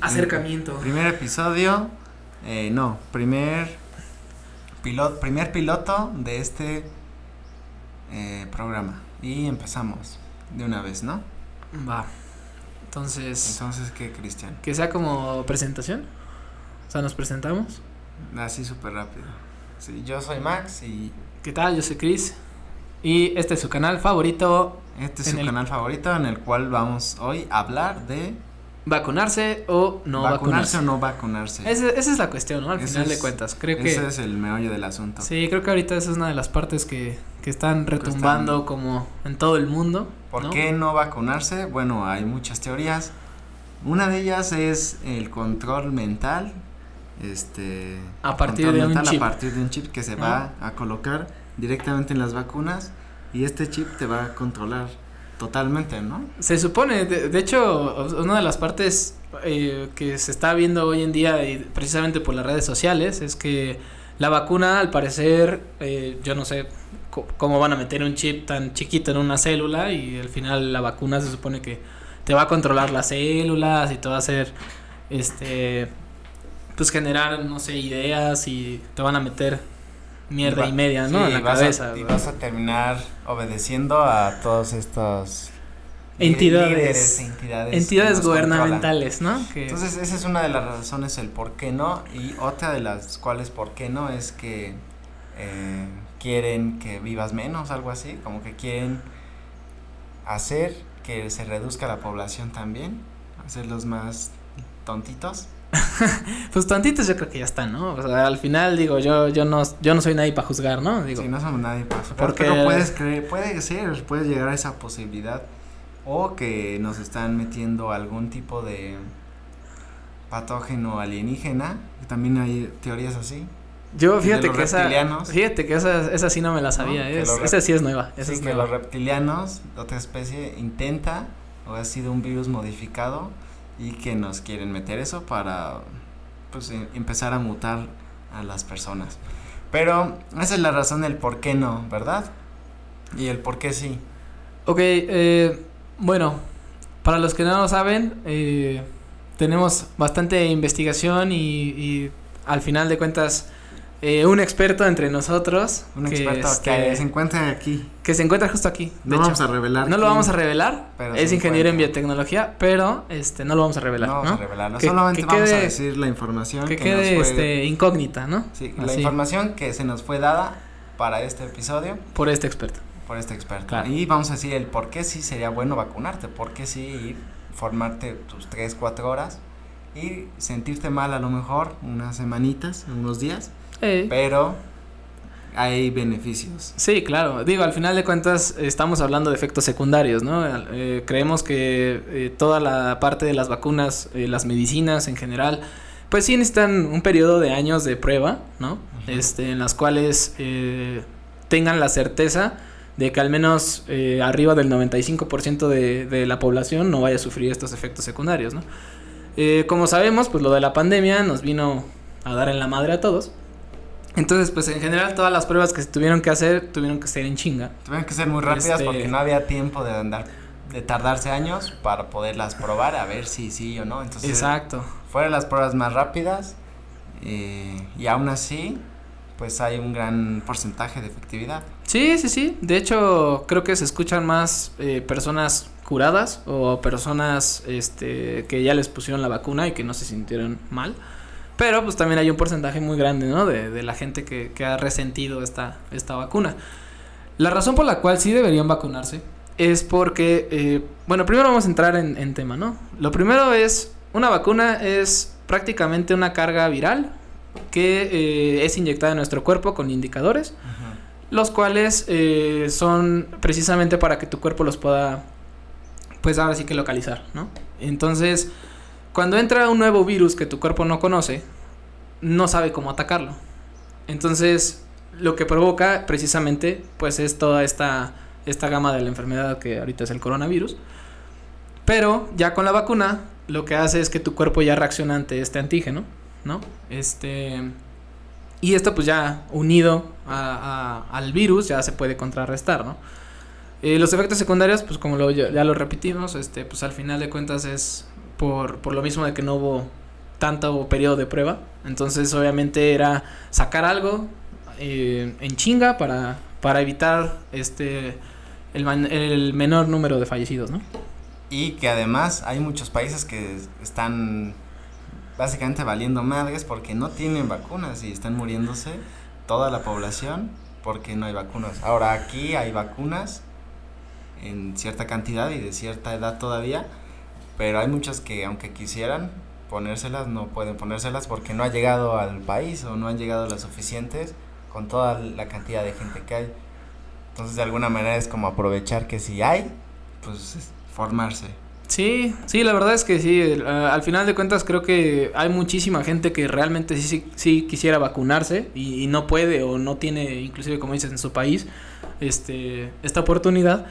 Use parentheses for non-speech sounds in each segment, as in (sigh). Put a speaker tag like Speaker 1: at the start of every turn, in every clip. Speaker 1: Acercamiento.
Speaker 2: Primer episodio, eh, no, primer piloto, primer piloto de este eh, programa. Y empezamos de una vez, ¿no?
Speaker 1: Va. Entonces,
Speaker 2: Entonces, ¿qué, Cristian?
Speaker 1: que sea como presentación. O sea, nos presentamos.
Speaker 2: Así súper rápido. Sí, yo soy Max y
Speaker 1: ¿Qué tal? Yo soy Chris. Y este es su canal favorito,
Speaker 2: este es
Speaker 1: En
Speaker 2: su
Speaker 1: el-
Speaker 2: canal favorito en el cual vamos hoy a hablar de
Speaker 1: vacunarse o no
Speaker 2: vacunarse,
Speaker 1: vacunarse.
Speaker 2: o no vacunarse.
Speaker 1: Esa, esa es la cuestión, ¿no? Al
Speaker 2: Ese
Speaker 1: final de
Speaker 2: es-
Speaker 1: cuentas. Creo que...
Speaker 2: Ese es el meollo del asunto.
Speaker 1: Sí, creo que ahorita esa es una de las partes que, que están retumbando como en todo el mundo.
Speaker 2: ¿Por
Speaker 1: ¿no?
Speaker 2: qué no vacunarse? Bueno, hay muchas teorías. Una de ellas es el control mental. Este.
Speaker 1: A partir
Speaker 2: control
Speaker 1: de un
Speaker 2: mental
Speaker 1: chip.
Speaker 2: A partir de un chip que se va a colocar directamente en las vacunas. Y este chip te va a controlar totalmente, ¿no?
Speaker 1: Se supone, de, de hecho, o- una de las partes eh, que se está viendo hoy en día y precisamente por las redes sociales es que la vacuna, al parecer, eh, yo no sé co- cómo van a meter un chip tan chiquito en una célula y al final la vacuna se supone que te va a controlar las células y te va a hacer, este, pues generar, no sé, ideas y te van a meter mierda y,
Speaker 2: va-
Speaker 1: media, ¿no?
Speaker 2: sí,
Speaker 1: en la
Speaker 2: y vas a-
Speaker 1: cabeza.
Speaker 2: y
Speaker 1: ¿no?
Speaker 2: vas a terminar obedeciendo a todos estos. li-
Speaker 1: Entidades.
Speaker 2: líderes, entidades. que
Speaker 1: Entidades
Speaker 2: nos controlan.
Speaker 1: gubernamentales, ¿no? Que-
Speaker 2: Entonces, esa es una de las razones el por qué no, y otra de las cuales por qué no es que eh, quieren que vivas menos, algo así, como que quieren hacer que se reduzca la población también, hacerlos más tontitos.
Speaker 1: Pues tantitos yo creo que ya están, ¿no? O sea, al final digo, yo, yo no, yo no soy nadie para juzgar, ¿no? Digo,
Speaker 2: si no somos nadie para juzgar,
Speaker 1: Porque-
Speaker 2: pero puedes creer, puede ser, puedes llegar a esa posibilidad, o que nos están metiendo algún tipo de patógeno alienígena, que también hay teorías así.
Speaker 1: yo
Speaker 2: y de
Speaker 1: fíjate
Speaker 2: los
Speaker 1: que esa,
Speaker 2: reptilianos.
Speaker 1: fíjate que esa, esa sí no me la sabía,
Speaker 2: No, que
Speaker 1: es-
Speaker 2: los rep-
Speaker 1: esa sí es nueva, esa
Speaker 2: Sí,
Speaker 1: es
Speaker 2: que los
Speaker 1: nueva.
Speaker 2: reptilianos, otra especie, intenta o ha sido un virus modificado y que nos quieren meter eso para pues em- empezar a mutar a las personas. Pero esa es la razón del por qué no, ¿verdad? Y el por qué sí.
Speaker 1: Ok, eh, bueno, para los que no lo saben, eh, tenemos bastante investigación y, y al final de cuentas eh, un experto entre nosotros
Speaker 2: Un
Speaker 1: que,
Speaker 2: experto que
Speaker 1: este,
Speaker 2: se encuentra aquí.
Speaker 1: que se encuentra justo aquí. de
Speaker 2: No
Speaker 1: hecho.
Speaker 2: vamos a revelar.
Speaker 1: No lo
Speaker 2: quién-
Speaker 1: vamos a revelar,
Speaker 2: Pero
Speaker 1: es
Speaker 2: se
Speaker 1: ingeniero en
Speaker 2: encuentra.
Speaker 1: biotecnología, pero este no lo vamos a revelar,
Speaker 2: No
Speaker 1: ¿no?
Speaker 2: vamos a revelarlo.
Speaker 1: Que-
Speaker 2: Solamente
Speaker 1: que
Speaker 2: vamos a
Speaker 1: quede-
Speaker 2: decir la información
Speaker 1: Que,
Speaker 2: que,
Speaker 1: quede
Speaker 2: nos fue.
Speaker 1: este, incógnita, ¿no?
Speaker 2: sí, la
Speaker 1: Así,
Speaker 2: información que se nos fue dada para este episodio.
Speaker 1: Por este experto.
Speaker 2: por este experto.
Speaker 1: Claro.
Speaker 2: Y vamos a decir el por qué sí sería bueno vacunarte, por qué sí ir, formarte tus 3, 4 horas y sentirte mal a lo mejor unas semanitas, unos días,
Speaker 1: Eh,
Speaker 2: pero hay beneficios.
Speaker 1: Sí, claro. Digo, al final de cuentas estamos hablando de efectos secundarios, ¿no? Al- eh, creemos que eh, toda la parte de las vacunas, eh, las medicinas en general, pues sí necesitan un periodo de años de prueba, ¿no?
Speaker 2: Ajá.
Speaker 1: Este, en las cuales eh, tengan la certeza de que al menos eh, arriba del 95% de, de la población no vaya a sufrir estos efectos secundarios, ¿no? Eh, como sabemos, pues lo de la pandemia nos vino a dar en la madre a todos. Entonces, pues en general todas las pruebas que se tuvieron que hacer tuvieron que ser en chinga.
Speaker 2: Tuvieron que ser muy rápidas
Speaker 1: Este-
Speaker 2: porque no había tiempo de andar de tardarse años para poderlas probar a ver si sí o no. Entonces,
Speaker 1: Exacto.
Speaker 2: fueron las pruebas más rápidas eh, y aún así, pues hay un gran porcentaje de efectividad.
Speaker 1: Sí, sí, sí. De hecho, creo que se escuchan más eh, personas curadas o personas este, que ya les pusieron la vacuna y que no se sintieron mal. Pero pues también hay un porcentaje muy grande, ¿no? De, de la gente que, que ha resentido esta, esta vacuna. La razón por la cual sí deberían vacunarse es porque, eh, bueno, primero vamos a entrar en, en tema, ¿no? Lo primero es, una vacuna es prácticamente una carga viral que eh, es inyectada en nuestro cuerpo con indicadores los cuales eh, son precisamente para que tu cuerpo los pueda, pues ahora sí que localizar, ¿no? Entonces, cuando entra un nuevo virus que tu cuerpo no conoce, no sabe cómo atacarlo. Entonces, lo que provoca precisamente, pues es toda esta, esta gama de la enfermedad que ahorita es el coronavirus. Pero ya con la vacuna, lo que hace es que tu cuerpo ya reacciona ante este antígeno, ¿no? Este... Y esto pues ya unido a- a- al virus ya se puede contrarrestar, ¿no? Eh, los efectos secundarios, pues como lo- ya, ya lo repetimos, este, pues al final de cuentas es por, por lo mismo de que no hubo tanto periodo de prueba. Entonces, obviamente era sacar algo eh, en chinga para, para evitar este el, man- el menor número de fallecidos, ¿no?
Speaker 2: Y que además hay muchos países que están básicamente valiendo madres porque no tienen vacunas y están muriéndose toda la población porque no hay vacunas. Ahora aquí hay vacunas en cierta cantidad y de cierta edad todavía, pero hay muchas que aunque quisieran ponérselas no pueden ponérselas porque no ha llegado al país o no han llegado las suficientes con toda la cantidad de gente que hay. Entonces de alguna manera es como aprovechar que si hay, pues es formarse.
Speaker 1: Sí, sí, la verdad es que sí. el- a- al final de cuentas creo que hay muchísima gente que realmente sí, sí, sí quisiera vacunarse y, y no puede o no tiene, inclusive como dices, en su país, este, esta oportunidad.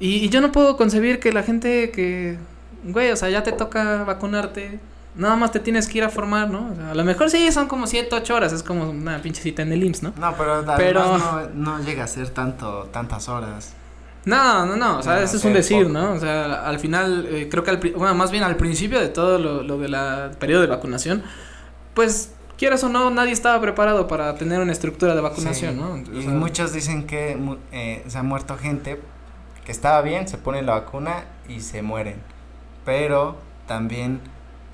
Speaker 1: Y, y yo no puedo concebir que la gente que, güey, o sea, ya te toca vacunarte, nada más te tienes que ir a formar, ¿no? O sea, a lo mejor sí, son como 7, 8 horas, es como una pinche cita en el IMSS, ¿no?
Speaker 2: No, pero, además
Speaker 1: Pero-
Speaker 2: No, no llega a ser tanto, tantas horas.
Speaker 1: No, no, no, o sea,
Speaker 2: No,
Speaker 1: eso es
Speaker 2: sí,
Speaker 1: un decir,
Speaker 2: poco.
Speaker 1: ¿no? O sea, al final, eh, creo que al, pri- bueno, más bien al principio de todo lo, lo de la periodo de vacunación, pues quieras o no, nadie estaba preparado para tener una estructura de vacunación,
Speaker 2: Sí.
Speaker 1: ¿no? O
Speaker 2: Y
Speaker 1: sea,
Speaker 2: muchos dicen que mu- eh, se ha muerto gente que estaba bien, se pone la vacuna y se mueren. Pero también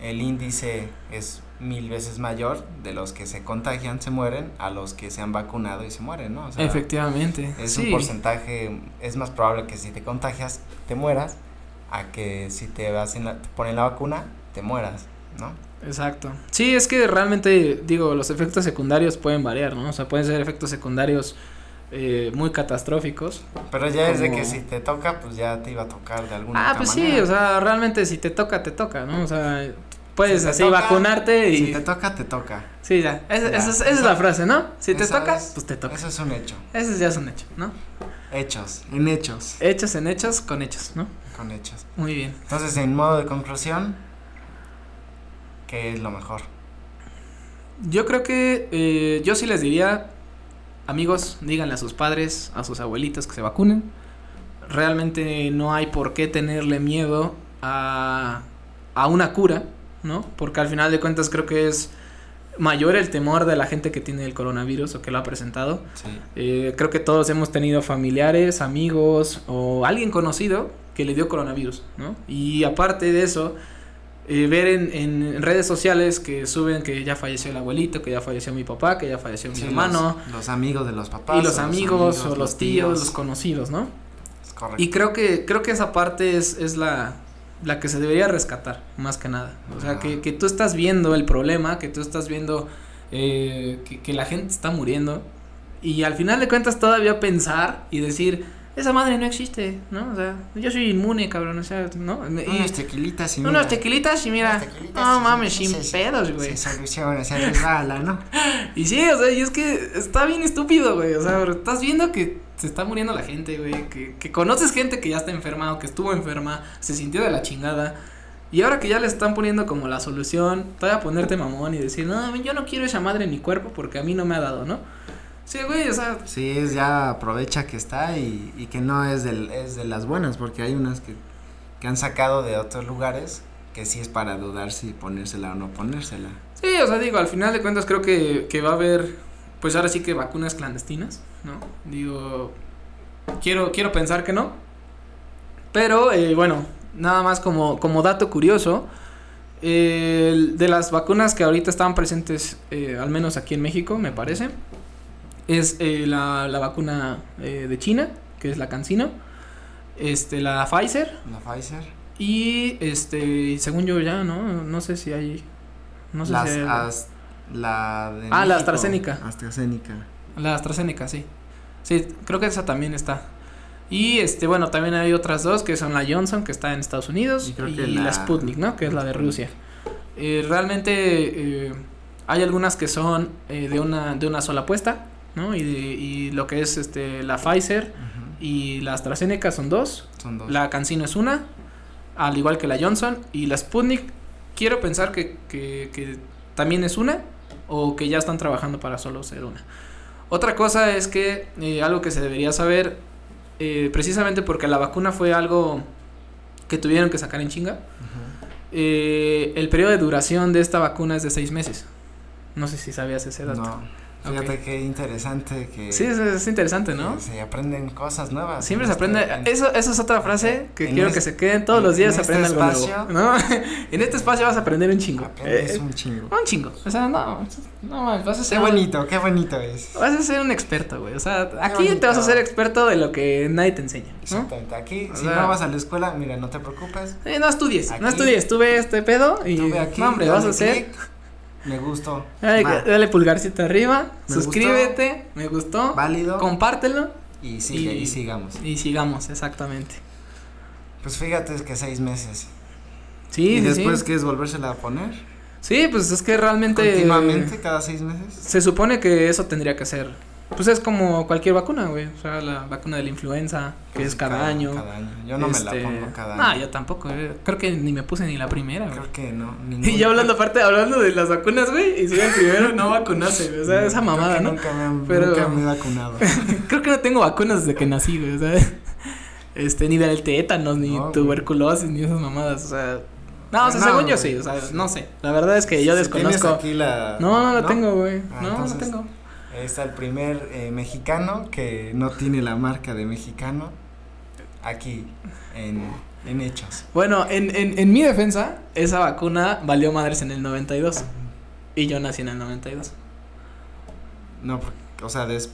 Speaker 2: el índice es mil veces mayor de los que se contagian, se mueren, a los que se han vacunado y se mueren, ¿no? O sea,
Speaker 1: efectivamente.
Speaker 2: Es
Speaker 1: sí.
Speaker 2: un porcentaje, es más probable que si te contagias, te mueras, a que si te, hacen la- te ponen la vacuna, te mueras, ¿no?
Speaker 1: Exacto. Sí, es que realmente, digo, los efectos secundarios pueden variar, ¿no? O sea, pueden ser efectos secundarios eh, muy catastróficos.
Speaker 2: Pero ya es de que
Speaker 1: Como-
Speaker 2: si te toca, pues ya te iba a tocar de alguna
Speaker 1: Ah,
Speaker 2: otra
Speaker 1: pues sí,
Speaker 2: manera.
Speaker 1: o sea, realmente si te toca, te toca, ¿no? O sea, puedes
Speaker 2: Si te
Speaker 1: así
Speaker 2: toca,
Speaker 1: vacunarte y...
Speaker 2: Si te toca, te toca.
Speaker 1: Sí, ya. Es-
Speaker 2: Ya.
Speaker 1: Esa, es, esa es la frase, ¿no? Si te
Speaker 2: Esa
Speaker 1: tocas,
Speaker 2: es-
Speaker 1: pues te tocas.
Speaker 2: Eso es un hecho.
Speaker 1: Ese ya es un hecho, ¿no?
Speaker 2: Hechos, en hechos,
Speaker 1: Hechos en hechos con hechos, ¿no?
Speaker 2: con hechos.
Speaker 1: Muy bien.
Speaker 2: Entonces, en modo de conclusión, ¿qué es lo mejor?
Speaker 1: Yo creo que eh, yo sí les diría, amigos, díganle a sus padres, a sus abuelitos que se vacunen. Realmente no hay por qué tenerle miedo a, a una cura, ¿no? Porque al final de cuentas creo que es mayor el temor de la gente que tiene el coronavirus o que lo ha presentado
Speaker 2: Sí.
Speaker 1: Eh, creo que todos hemos tenido familiares, amigos o alguien conocido que le dio coronavirus, ¿no? Y aparte de eso, eh, ver en, en redes sociales que suben que ya falleció el abuelito, que ya falleció mi papá, que ya falleció mi
Speaker 2: Sí,
Speaker 1: hermano,
Speaker 2: Los, los amigos de los papás.
Speaker 1: y los
Speaker 2: o
Speaker 1: amigos o los tíos, los
Speaker 2: tíos.
Speaker 1: conocidos, ¿no?
Speaker 2: Es correcto.
Speaker 1: Y creo que, creo que esa parte es, es la, la que se debería rescatar, más que nada. O sea,
Speaker 2: Ajá.
Speaker 1: que, que tú estás viendo el problema, que tú estás viendo eh, que, que la gente está muriendo. Y al final de cuentas todavía pensar y decir, esa madre no existe, ¿no? O sea, yo soy inmune, cabrón, o sea, ¿no? Me- y-
Speaker 2: unos tequilitas y
Speaker 1: unos
Speaker 2: mira,
Speaker 1: tequilitas y mira,
Speaker 2: unos tequilitas
Speaker 1: no
Speaker 2: y
Speaker 1: mames,
Speaker 2: se-
Speaker 1: sin
Speaker 2: se-
Speaker 1: pedos, güey.
Speaker 2: Se soluciona, se resbala, ¿no?
Speaker 1: Y sí, o sea, y es que está bien estúpido, güey. O sea, pero estás viendo que se está muriendo la gente, güey. Que, que conoces gente que ya está enferma o que estuvo enferma, se sintió de la chingada. Y ahora que ya le están poniendo como la solución, todavía ponerte mamón y decir, no, yo no quiero esa madre en mi cuerpo porque a mí no me ha dado, ¿no? Sí, güey, o sea,
Speaker 2: Sí, es ya aprovecha que está y, y que no es, del, es de las buenas, porque hay unas que, que han sacado de otros lugares que sí es para dudar si ponérsela o no ponérsela.
Speaker 1: Sí, o sea, digo, al final de cuentas creo que, que va a haber, pues ahora sí que vacunas clandestinas, ¿no? Digo, quiero, quiero pensar que no. Pero, eh, bueno, nada más como, como dato curioso, eh, el- de las vacunas que ahorita están presentes, eh, al menos aquí en México, me parece, es eh, la, la vacuna eh, de China, que es la Cancino, este, la Pfizer,
Speaker 2: La Pfizer,
Speaker 1: y este, según yo ya, ¿no? No sé si hay... No sé
Speaker 2: las,
Speaker 1: si hay-
Speaker 2: as- la de
Speaker 1: Ah, la
Speaker 2: México,
Speaker 1: AstraZeneca.
Speaker 2: AstraZeneca.
Speaker 1: La AstraZeneca, sí. Sí, creo que esa también está. Y este, bueno, también hay otras dos que son la Johnson, que está en Estados Unidos,
Speaker 2: Y
Speaker 1: y,
Speaker 2: creo que la-
Speaker 1: la Sputnik, ¿no? Que es la de
Speaker 2: Sputnik.
Speaker 1: Rusia. Eh, realmente eh, hay algunas que son eh, de, una, de una sola apuesta, ¿no? Y, de- y lo que es este, la Pfizer
Speaker 2: Ujú,
Speaker 1: y la AstraZeneca son dos.
Speaker 2: Son dos.
Speaker 1: La Cancino es una, al igual que la Johnson. Y la Sputnik, quiero pensar que, que- que también es una, o que ya están trabajando para solo ser una. Otra cosa es que eh, algo que se debería saber, eh, precisamente porque la vacuna fue algo que tuvieron que sacar en chinga,
Speaker 2: Ujú.
Speaker 1: eh, el periodo de duración de esta vacuna es de seis meses. No sé si sabías ese dato.
Speaker 2: No. Fíjate
Speaker 1: Ok.
Speaker 2: qué interesante que.
Speaker 1: Sí, es, es interesante, ¿no?
Speaker 2: que Se aprenden cosas nuevas.
Speaker 1: Siempre
Speaker 2: en
Speaker 1: se aprende.
Speaker 2: este- en-
Speaker 1: Eso, eso es otra frase que
Speaker 2: En
Speaker 1: quiero
Speaker 2: es-
Speaker 1: que se queden todos
Speaker 2: en-
Speaker 1: los días.
Speaker 2: en
Speaker 1: se aprende
Speaker 2: este
Speaker 1: algo
Speaker 2: espacio-
Speaker 1: nuevo. ¿no? (laughs) en este espacio vas a aprender un chingo.
Speaker 2: Aprendes
Speaker 1: Eh,
Speaker 2: un chingo.
Speaker 1: un chingo. O sea, no. No mames, vas a
Speaker 2: Qué
Speaker 1: ser. un-
Speaker 2: bonito, qué bonito es.
Speaker 1: Vas a ser un experto, güey. O sea, aquí te
Speaker 2: bonito.
Speaker 1: vas a ser experto de lo que nadie te enseña, ¿no?
Speaker 2: Exactamente. Aquí,
Speaker 1: O
Speaker 2: si
Speaker 1: sea-
Speaker 2: no vas a la escuela, mira, no te preocupes.
Speaker 1: Eh, no estudies, no
Speaker 2: Aquí.
Speaker 1: estudies. Tú ve este pedo y.
Speaker 2: Tuve aquí.
Speaker 1: no, hombre,
Speaker 2: dale
Speaker 1: vas a ser.
Speaker 2: clic, Me gustó.
Speaker 1: Dale,
Speaker 2: va,
Speaker 1: dale pulgarcito arriba,
Speaker 2: Me
Speaker 1: suscríbete, me gustó,
Speaker 2: válido.
Speaker 1: compártelo
Speaker 2: Y sigue,
Speaker 1: y-
Speaker 2: y sigamos.
Speaker 1: y sigamos, exactamente.
Speaker 2: Pues fíjate, es que seis meses.
Speaker 1: Sí,
Speaker 2: y
Speaker 1: sí,
Speaker 2: después
Speaker 1: sí.
Speaker 2: quieres volvérsela a poner.
Speaker 1: Sí, pues es que realmente.
Speaker 2: Continuamente, cada seis meses.
Speaker 1: Se supone que eso tendría que ser. Pues es como cualquier vacuna, güey. O sea, la vacuna de la influenza, que es cada, año.
Speaker 2: Cada año. Yo no me
Speaker 1: este,
Speaker 2: la pongo cada
Speaker 1: No,
Speaker 2: año.
Speaker 1: yo tampoco. güey. Creo que ni me puse ni la primera, güey.
Speaker 2: Creo que no.
Speaker 1: (laughs) Y yo hablando aparte, hablando de las vacunas, güey, y soy el primero no vacunarse, güey. O sea, esa mamada, ¿no?
Speaker 2: Mm, Nunca me, han-
Speaker 1: Pero-
Speaker 2: nunca me
Speaker 1: (laughs)
Speaker 2: he vacunado.
Speaker 1: Creo que no tengo vacunas desde que nací, güey, o sea, (laughs) este, ni del tétanos, ni
Speaker 2: No, güey.
Speaker 1: tuberculosis, ni esas mamadas, o sea, no, o sea,
Speaker 2: No,
Speaker 1: según yo
Speaker 2: güey.
Speaker 1: sí, o sea, no sé, la verdad es que yo
Speaker 2: Si tienes
Speaker 1: desconozco,
Speaker 2: aquí la-
Speaker 1: no, no la tengo, güey,
Speaker 2: Ah,
Speaker 1: no,
Speaker 2: entonces-
Speaker 1: no tengo,
Speaker 2: Ahí Está el primer eh, mexicano que no tiene la marca de mexicano aquí en, en hechos.
Speaker 1: bueno, en, en, en mi defensa, esa vacuna valió madres en el 92, y yo nací en el 92,
Speaker 2: No, porque, o sea, des,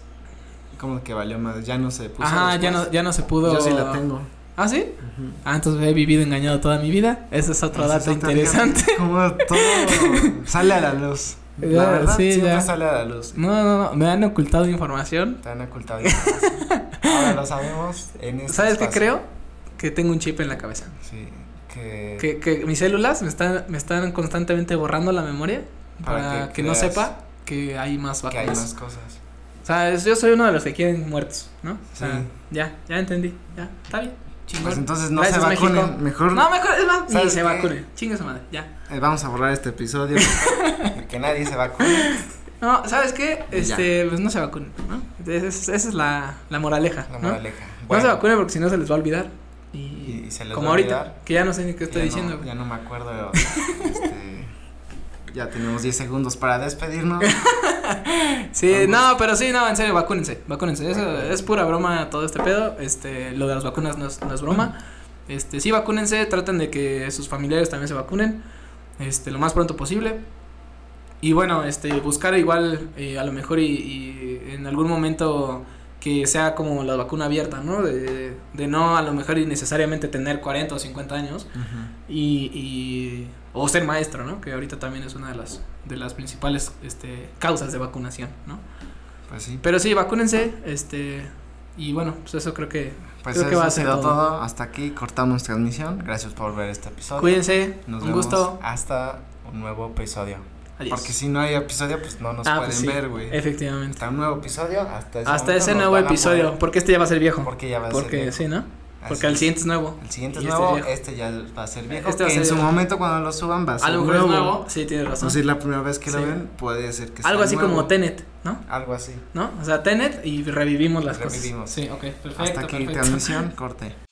Speaker 2: como que valió más, ya no se puso.
Speaker 1: ajá, ya no,
Speaker 2: después.
Speaker 1: ya no se pudo,
Speaker 2: Yo sí la tengo.
Speaker 1: ¿ah, sí? Ah, entonces he vivido engañado toda mi vida, ese es otro
Speaker 2: Ese es
Speaker 1: dato
Speaker 2: otro
Speaker 1: interesante. (laughs)
Speaker 2: día, (laughs) Como todo sale a la luz.
Speaker 1: Ya,
Speaker 2: La verdad,
Speaker 1: sí,
Speaker 2: siempre
Speaker 1: ya.
Speaker 2: sale a la luz.
Speaker 1: No, no, no, me han ocultado información.
Speaker 2: Te han ocultado. información. Ahora lo sabemos en este
Speaker 1: ¿Sabes qué
Speaker 2: espacio.
Speaker 1: creo? Que tengo un chip en la cabeza.
Speaker 2: Sí, que.
Speaker 1: Que, que mis células me están, me están constantemente borrando la memoria para,
Speaker 2: Para
Speaker 1: que,
Speaker 2: que
Speaker 1: no
Speaker 2: creas.
Speaker 1: sepa que hay más
Speaker 2: que hay
Speaker 1: vacunas.
Speaker 2: más cosas.
Speaker 1: O sea, es- yo soy uno de los que quieren muertos, ¿no? O sea,
Speaker 2: Sí.
Speaker 1: ya, ya entendí. Ya, está bien. Chingón.
Speaker 2: Pues entonces no
Speaker 1: Gracias,
Speaker 2: se vacunen.
Speaker 1: México.
Speaker 2: Mejor
Speaker 1: No, mejor, es más, ni
Speaker 2: ¿Sabes
Speaker 1: se
Speaker 2: qué?
Speaker 1: vacune. Chingue su madre, ya.
Speaker 2: eh, vamos a borrar este episodio. (laughs) que nadie se vacune.
Speaker 1: No, ¿sabes qué?
Speaker 2: Y ya.
Speaker 1: Este, pues no se vacunen, ¿no? Entonces, esa es- esa es la, la moraleja,
Speaker 2: La
Speaker 1: ¿no?
Speaker 2: moraleja.
Speaker 1: No
Speaker 2: Bueno,
Speaker 1: se vacunen porque si no se les va a olvidar. Y,
Speaker 2: Y- y se les
Speaker 1: como
Speaker 2: va a
Speaker 1: ahorita,
Speaker 2: olvidar.
Speaker 1: que ya no sé ni qué
Speaker 2: ya
Speaker 1: estoy
Speaker 2: no-
Speaker 1: diciendo. güey.
Speaker 2: ya no
Speaker 1: (laughs)
Speaker 2: me acuerdo. este, ya tenemos 10 segundos
Speaker 1: (laughs)
Speaker 2: para despedirnos.
Speaker 1: Sí,
Speaker 2: Vamos.
Speaker 1: no, pero sí, no, en serio, vacúnense, vacúnense. Eso es pura broma todo este pedo. Este, lo de las vacunas no es, no es broma. Este, sí, vacúnense, traten de que sus familiares también se vacunen. Este, lo más pronto posible. Y bueno, este, buscar igual, eh, a lo mejor y, y en algún momento que sea como la vacuna abierta, ¿no? De, de no a lo mejor y necesariamente tener 40 o 50 años y, y o ser maestro, ¿no? Que ahorita también es una de las de las principales este, causas de vacunación, ¿no?
Speaker 2: Pues sí.
Speaker 1: Pero sí, vacúnense, este, y bueno, pues eso creo que
Speaker 2: Pues
Speaker 1: Creo que
Speaker 2: eso
Speaker 1: va a
Speaker 2: ha
Speaker 1: ser
Speaker 2: sido
Speaker 1: todo.
Speaker 2: todo. Hasta aquí cortamos transmisión. Gracias por ver este episodio.
Speaker 1: cuídense,
Speaker 2: Nos
Speaker 1: un
Speaker 2: vemos
Speaker 1: gusto,
Speaker 2: hasta un nuevo episodio.
Speaker 1: adiós.
Speaker 2: Porque si no hay episodio, pues no nos
Speaker 1: Ah,
Speaker 2: pueden
Speaker 1: pues sí,
Speaker 2: ver, güey.
Speaker 1: Efectivamente.
Speaker 2: Hasta un nuevo episodio, hasta
Speaker 1: Hasta
Speaker 2: ese, momento
Speaker 1: ese
Speaker 2: nos
Speaker 1: nuevo
Speaker 2: van a
Speaker 1: episodio,
Speaker 2: poder-
Speaker 1: porque este ya va a ser viejo.
Speaker 2: Porque ya va a ser
Speaker 1: porque
Speaker 2: viejo.
Speaker 1: sí, ¿no?
Speaker 2: Así
Speaker 1: Porque el
Speaker 2: es.
Speaker 1: siguiente es nuevo.
Speaker 2: El siguiente es
Speaker 1: Y este
Speaker 2: nuevo,
Speaker 1: es viejo.
Speaker 2: este ya va a ser viejo.
Speaker 1: Este va a
Speaker 2: que en
Speaker 1: ser
Speaker 2: su
Speaker 1: viejo.
Speaker 2: momento cuando lo suban va a ser
Speaker 1: A lo mejor es
Speaker 2: nuevo.
Speaker 1: nuevo, sí, tienes razón.
Speaker 2: O si es la primera vez que
Speaker 1: Sí.
Speaker 2: lo ven, puede ser que
Speaker 1: Algo
Speaker 2: sea
Speaker 1: así
Speaker 2: nuevo.
Speaker 1: como Tenet, ¿no?
Speaker 2: Algo así.
Speaker 1: ¿No? O sea, Tenet y revivimos las
Speaker 2: Revivimos.
Speaker 1: cosas. Sí, ok, perfecto.
Speaker 2: Hasta aquí
Speaker 1: perfecto. (laughs)
Speaker 2: transmisión, corte.